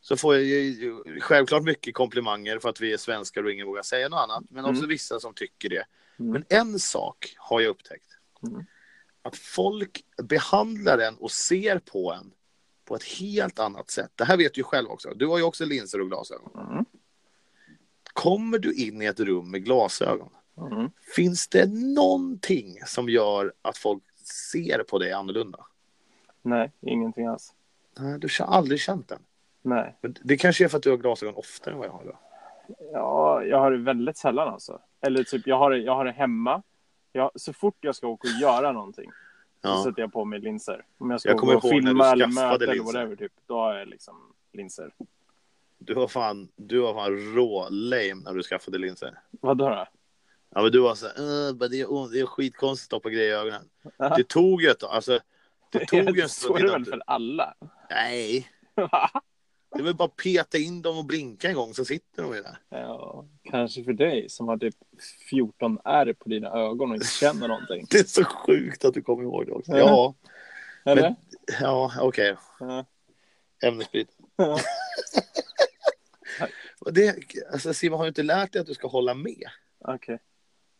Så får jag ju självklart mycket komplimanger för att vi är svenskar och ingen vågar säga något annat. Men också
Mm.
vissa som tycker det.
Mm.
Men en sak har jag upptäckt.
Mm.
Att folk behandlar en och ser på en på ett helt annat sätt. Det här vet du ju själv också. Du har ju också linser och glasögon.
Mm.
Kommer du in i ett rum med glasögon,
Mm.
finns det någonting som gör att folk ser på dig annorlunda?
Nej, ingenting alls.
Nej, du har aldrig känt den.
Nej.
Men det kanske är för att du har glasögon oftare än vad jag har. Då.
Ja, jag har det väldigt sällan alltså. Eller typ, jag har det, jag har det hemma. Jag, så fort jag ska åka och göra någonting så
Ja.
sätter jag på mig linser. Om jag ska
Jag
åka
kommer
och
ihåg när
filma
du
eller
skaffade
möta eller
linser.
whatever, typ, då har jag liksom linser.
Du var fan, du var fan rå lame när du skaffade linser.
Vadå då?
Ja, men du var så här, "Äh, men det, är, ont- det är skitkonstigt att stoppa grejer i ögonen.
Aha.
Det tog ju ett tag. Alltså, det tog ju en
så
stund
är det
innan
väl
du-
för alla?
Nej. Det var bara att peta in dem och blinka en gång så sitter de ju där.
ja, kanske för dig som har typ 14 R på dina ögon och inte känner någonting.
Det är så sjukt att du kommer ihåg det också.
Ja.
Ja,
Eller?
ja okej.
Ja.
Ämnesbyte.
Ja.
Och Det, alltså, Simon har ju inte lärt dig att du ska hålla med.
Okej.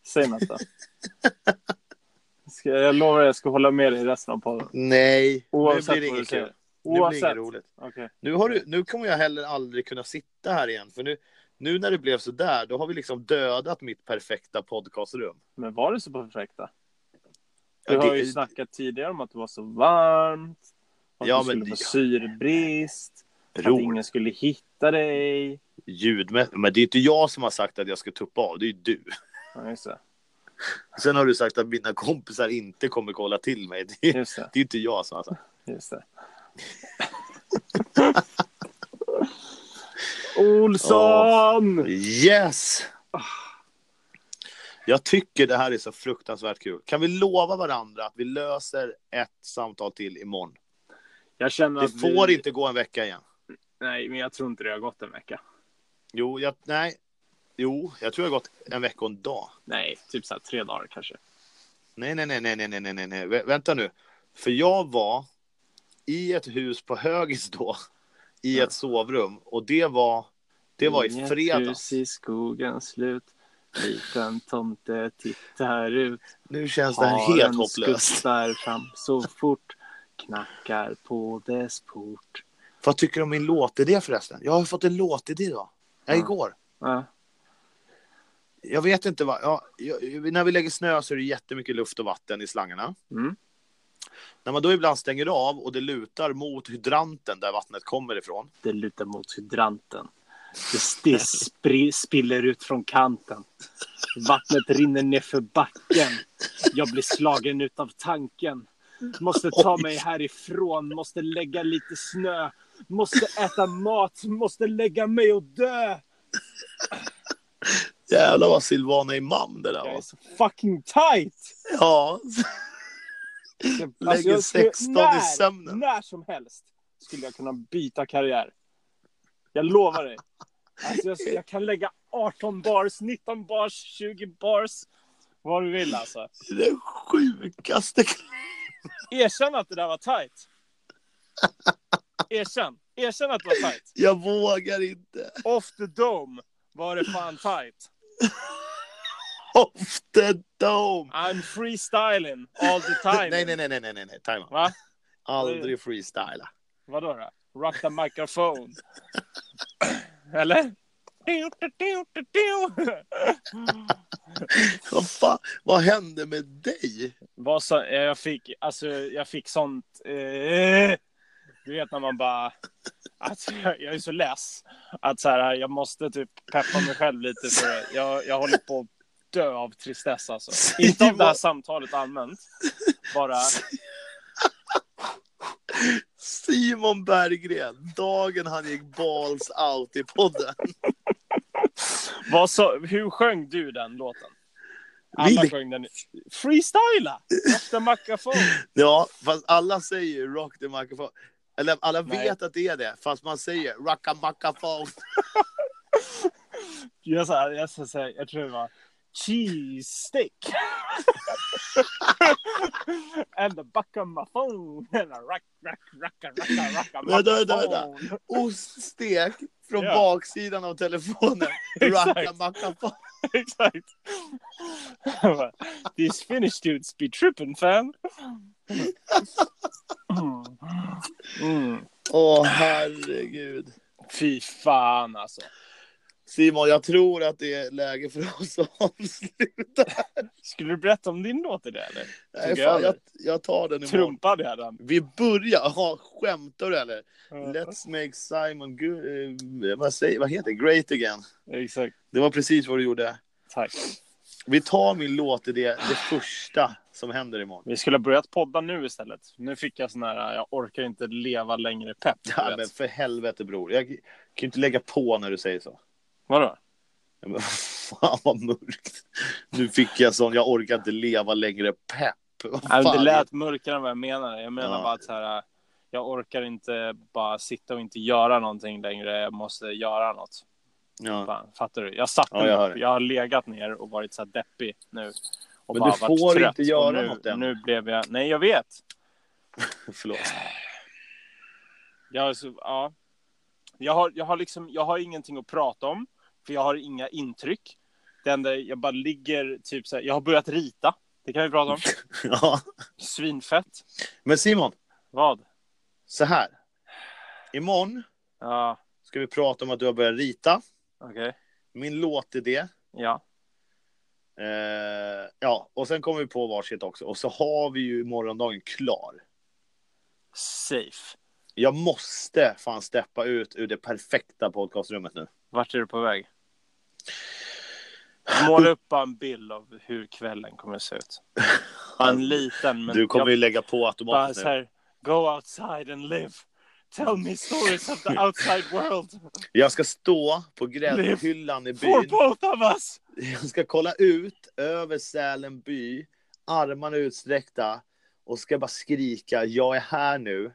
Säg något då. Ska, jag lovar att jag ska hålla med dig i resten av podden.
Nej,
Oavsett
nu blir det
vad du
inget kul.
säger.
Nu blir det inget
Oavsett.
roligt.
Okej.
Nu, har du, nu kommer jag heller aldrig kunna sitta här igen. För nu, nu när det blev så där, då har vi liksom dödat mitt perfekta podcastrum.
Men var det så perfekta? Du
Ja, det-
har ju snackat tidigare om att det var så varmt. Att
Ja,
du
men
skulle
det-
få syrebrist. Att
Roligt.
ingen skulle hitta dig.
Ljudmässigt. Men det är inte jag som har sagt att jag ska tuppa av, det är ju du.
Ja, just det.
Sen har du sagt att mina kompisar inte kommer kolla till mig. Det är,
Just det.
det är inte jag som har sagt.
Just det. Olsson!
Yes! Ah. Jag tycker det här är så fruktansvärt kul. Kan vi lova varandra att vi löser ett samtal till imorgon?
Jag känner
Det
att
får
vi...
inte gå en vecka igen.
Nej, men jag tror inte det har gått en vecka.
Jo, jag, nej. Jo, jag tror jag har gått en vecka och en dag.
Nej, typ så här tre dagar kanske.
Nej, nej, nej, nej, nej, nej, nej, nej, nej. Vä- Vänta nu. För jag var i ett hus på Högis då, i
Ja.
ett sovrum. Och det var, det var i
Inget hus
fredags.
i skogen slut. Liten tomte tittar ut.
Nu känns det här helt hopplöst.
skuttar fram så fort. Knackar på dess port.
Vad tycker du om min låtidé förresten? Jag har fått en låtidé idag. Ja,
Ja.
igår.
Ja,
Jag vet inte vad. Ja, jag, när vi lägger snö så är det jättemycket luft och vatten i slangarna.
mm.
När man då ibland stänger av och det lutar mot hydranten där vattnet kommer ifrån.
Det lutar mot hydranten. Det, det spri- spiller ut från kanten. Vattnet rinner ner för backen. Jag blir slagen utav tanken. Måste ta mig härifrån, måste lägga lite snö, måste äta mat, måste lägga mig och dö.
Jävlar vad Silvana Imam det där
Jag är
var.
så fucking tight!
Ja,
Alltså,
lägger
jag skulle-
16 i
när,
sömnen.
När som helst skulle jag kunna byta karriär. Jag lovar dig. Alltså, jag, jag kan lägga 18 bars, 19 bars, 20 bars. Vad du vill alltså.
Det är den sjukaste
Erkänn att det där var tight. Erkänn. Erkänn att det var tight.
Jag vågar inte.
Off the dome var det fan tight.
Off the dome.
I'm freestyling all the time.
Nej, nej, nej, nej, nej, nej, nej. Time out.
Va?
Aldrig freestyla.
Vadå då? Rock the microphone. Eller?
Vad fan, vad hände med dig?
Vad så, jag fick, alltså jag fick sånt, eh, du vet när man bara, alltså, jag, jag är så less att så här, jag måste typ peppa mig själv lite för jag, jag håller på att dö av tristess alltså. Inte av det här samtalet allmänt, bara,
Simon Berggren, dagen han gick balls out i podden.
vad så, hur sjöng du den låten? Alla
Vilken-
sjöng den, freestyla, efter mackafon.
Ja, fast alla säger ju rock the microphone. Eller alla
Nej.
vet att det är det, fast man säger rocka microphone.
Jag, så här, jag, så här, jag tror det var cheese stick. And the back of my phone. And a rock, rock, rock, rock, rock, rock,
Vänta, vänta, vänta. Oststek från
Ja.
baksidan av telefonen. Rocka
Exakt.
microphone.
Exakt. Jag bara, These Finnish dudes be tripping fam. Mm. Mm.
Åh, herregud.
Fy fan alltså.
Simon, jag tror att det är läge för oss att avsluta.
Skulle du berätta om din låt i det eller?
Nej,
Tog
fan,
över.
jag, jag tar den imorgon.
Trumpade jag den?
Vi börjar. Jaha, skämtar du eller? Let's make Simon good, eh, vad, säger, vad heter det? Great again.
Exakt.
Det var precis vad du gjorde.
Tack.
Vi tar min låt i det, det första som händer imorgon.
Vi skulle ha börjat podda nu istället. Nu fick jag sån här, jag orkar inte leva längre pepp. du
Ja,
vet.
men för helvete bror. Jag kan ju inte lägga på när du säger så.
Vadå?
Ja, men Fan vad mörkt. Nu fick jag sån, jag orkar inte leva längre pepp. Vad
Nej, men
fan?
det lät mörkare än vad jag menade. Jag menar
Ja.
bara att så här, jag orkar inte bara sitta och inte göra någonting längre. Jag måste göra något.
Ja.
Fan, fattar du? Jag satte
Ja, jag hör
mig upp.
det.
Jag har legat ner och varit så här deppig nu. Och
Men
bara
du
varit
får
trött.
inte göra
Och nu,
något än.
Nu blev jag... Nej, jag vet.
Förlåt.
Jag har, så, ja. jag har, jag har, liksom, jag har ingenting att prata om, för jag har inga intryck. Det enda, jag bara ligger typ så här, jag har börjat rita. Det kan vi prata om.
Ja.
Svinfett.
Men Simon,
Vad?
så här. Imorgon
Ja,
ska vi prata om att du har börjat rita.
okej.
Min låtidé.
Ja,
Eh, ja, och sen kommer vi på varsitt också. Och så har vi ju morgondagen klar.
safe.
Jag måste fan steppa ut ur det perfekta podcastrummet nu.
Vart är du på väg? Måla upp bara en bild av hur kvällen kommer att se ut. Bara En liten, men...
du kommer ju
jag,
lägga på
bara
automatiskt
så
nu.
här, go outside and live. Tell me stories of the outside world.
Jag ska stå på gräddhyllan i
For
byn.
both of us!
Jag ska kolla ut över Sälen by, armarna utsträckta och ska bara skrika jag är här nu.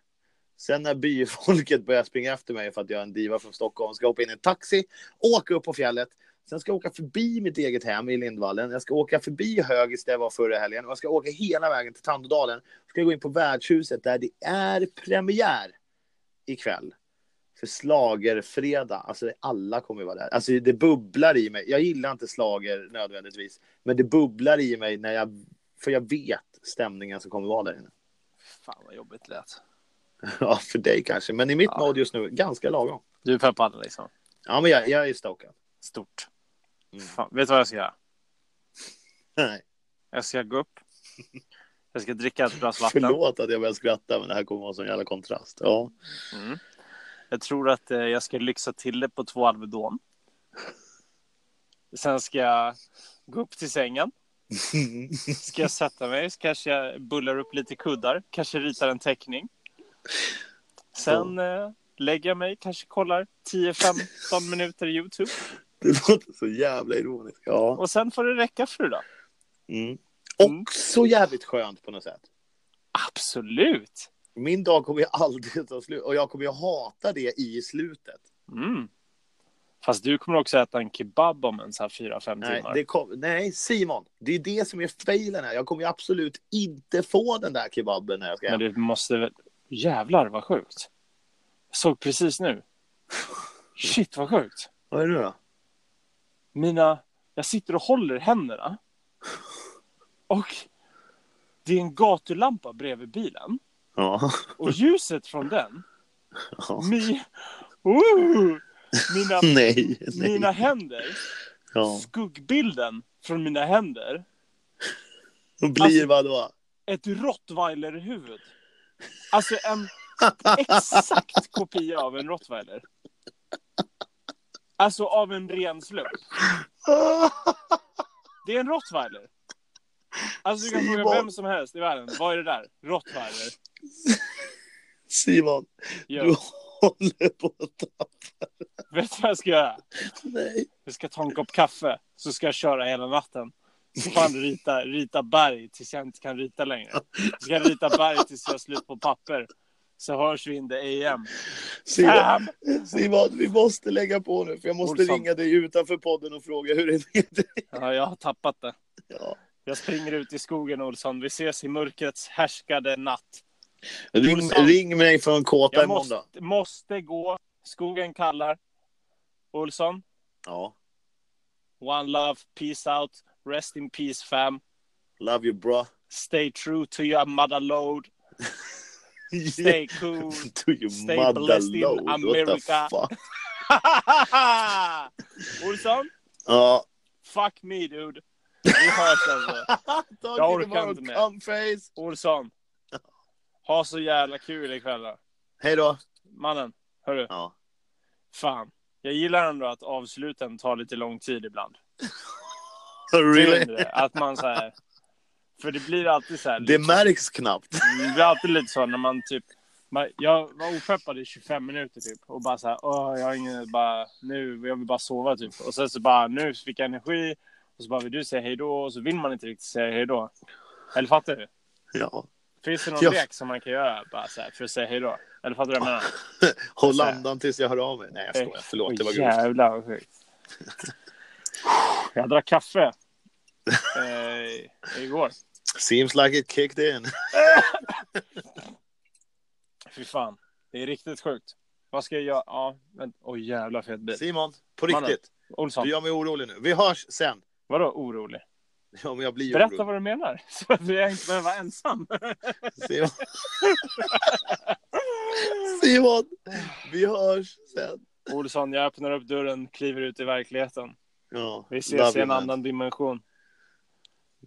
Sen när byfolket börjar springa efter mig för att jag är en diva från Stockholm ska jag hoppa in i en taxi, åka upp på fjället. Sen ska jag åka förbi mitt eget hem i Lindvallen. Jag ska åka förbi Högis där jag var förra helgen och jag ska åka hela vägen till Tandådalen. Ska jag gå in på värdshuset där det är premiär ikväll för slagerfredag. Alltså det- alla kommer ju vara där. Alltså det bubblar i mig. Jag gillar inte slager nödvändigtvis, men det bubblar i mig när jag, för jag vet stämningen som kommer vara där inne.
Fan vad jobbigt det lät.
Ja, för dig kanske, men i mitt
Ja.
mode just nu, ganska lagom.
Du är peppad liksom?
Ja, men jag, jag är stokad.
Stort.
Mm.
Fan, vet du vad jag ska göra?
Nej,
Jag ska gå upp. Jag ska dricka ett glas vatten.
förlåt att jag börjar skratta, men det här kommer vara en sån jävla kontrast. Ja,
Mm. Jag tror att eh, jag ska lyxa till det på två Alvedon. Sen ska jag gå upp till sängen. Ska jag sätta mig, så kanske jag bullar upp lite kuddar, kanske ritar en teckning. Sen eh, lägger jag mig, kanske kollar 10-15 minuter YouTube.
Det låter så jävla ironiskt. Ja.
Och sen får det räcka för idag.
Mm.
Mm.
Också jävligt skönt på något sätt.
Absolut!
Min dag kommer ju aldrig ta slut och jag kommer ju hata det i slutet.
Mm. Fast du kommer också äta en kebab om en så här 4-5
Nej,
timmar.
det kom, nej, Simon, det är det som är failen här. Jag kommer ju absolut inte få den där kebaben när jag ska
Men
hem.
du måste väl... Jävlar vad sjukt. Jag såg precis nu. Shit vad sjukt.
Vad är det då?
Mina... Jag sitter och håller händerna. Och det är en gatulampa bredvid bilen.
Ja.
Och ljuset från den.
ja.
Mi... Ooh! Mina,
Nej, nej.
mina händer.
ja.
Skuggbilden från mina händer.
Då blir vad då?
ett rottweilerhuvud. Alltså en exakt kopia av en rottweiler. Alltså av en ren slump. Det är en rottweiler. Alltså du kan fråga
Simon.
vem som helst i världen. Vad är det där? Rottweiler.
Simon,
Jo.
du håller på att ta...
Vet du vad jag ska göra?
Nej.
Jag ska ta en kopp kaffe. Så ska jag köra hela natten. Så fan rita, rita berg tills jag inte kan rita längre. Jag ska rita berg tills jag har slut på papper. Så hörs vi in det AM.
Simon,
Sam!
Simon, vi måste lägga på nu för jag måste
Olsson.
ringa dig utanför podden och fråga hur det är med dig.
Ja, jag har tappat det.
Ja.
Jag springer ut i skogen, Olsson. Vi ses i mörkrets härskade natt.
Ring,
Olsson.
ring mig från kåta
Jag
imorgon då.
måste, måste gå. Skogen kallar. Olsson,
Ja.
one love, peace out, rest in peace fam.
Love you bra.
Stay true to your mother load. Stay cool.
Do you
Stay
mother
blessed in
load? What the
America.
fuck?
Olsson,
Ja.
fuck me dude. Vi hörs alltså.
Jag
orkar inte mer.
Face.
Olsson, ha så jävla kul ikväll då.
Hej då.
Mannen, hörru.
Ja.
Fan. Jag gillar ändå att avsluten tar lite lång tid ibland.
Really?
tyngre. Att man så här, För det blir alltid så här.
Det märks knappt.
Det blir alltid lite så när man typ. Man, jag var opeppad i 25 minuter typ och bara så här. Åh, jag har ingen, bara nu, jag vill bara sova typ. Och sen så bara nu fick jag energi och så bara vill du säga hej då och så vill man inte riktigt säga hej då. Eller fattar du?
Ja.
Finns det någon
Ja.
lek som man kan göra bara så här, för att säga hej då? Eller fattar du vad jag menar?
Håll
Så här.
andan tills jag hör av mig. Nej, jag skojar. Förlåt, det var
Åh,
grovt.
Jävlar vad sjukt. Jag drack kaffe eh, igår.
Seems like it kicked in.
Fy fan, det är riktigt sjukt. Vad ska jag göra? Ja, vänta. Oj, jävla fet bil.
Simon, på
Mannen.
riktigt.
Olsson,
Du gör mig orolig nu. Vi hörs sen.
vadå orolig?
Ja, men jag blir
Berätta
orolig.
vad du menar, så att jag inte behöver vara ensam.
Simon. Simon, vi hörs sen.
Olsson, jag öppnar upp dörren, kliver ut i verkligheten.
Ja,
Vi
love
ses i
you,
en
man.
annan dimension.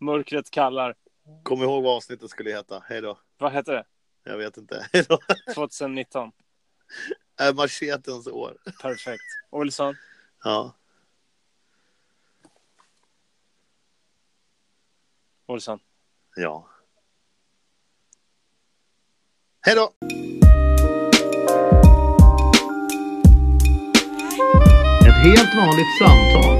Mörkret kallar.
Kom ihåg vad avsnittet skulle heta. Hej då.
Vad heter det?
Jag vet inte. Hej då.
2019.
Är machetens år.
Perfekt. Olsson,
Ja.
Olsson.
Ja. Hej då! Ett helt vanligt samtal.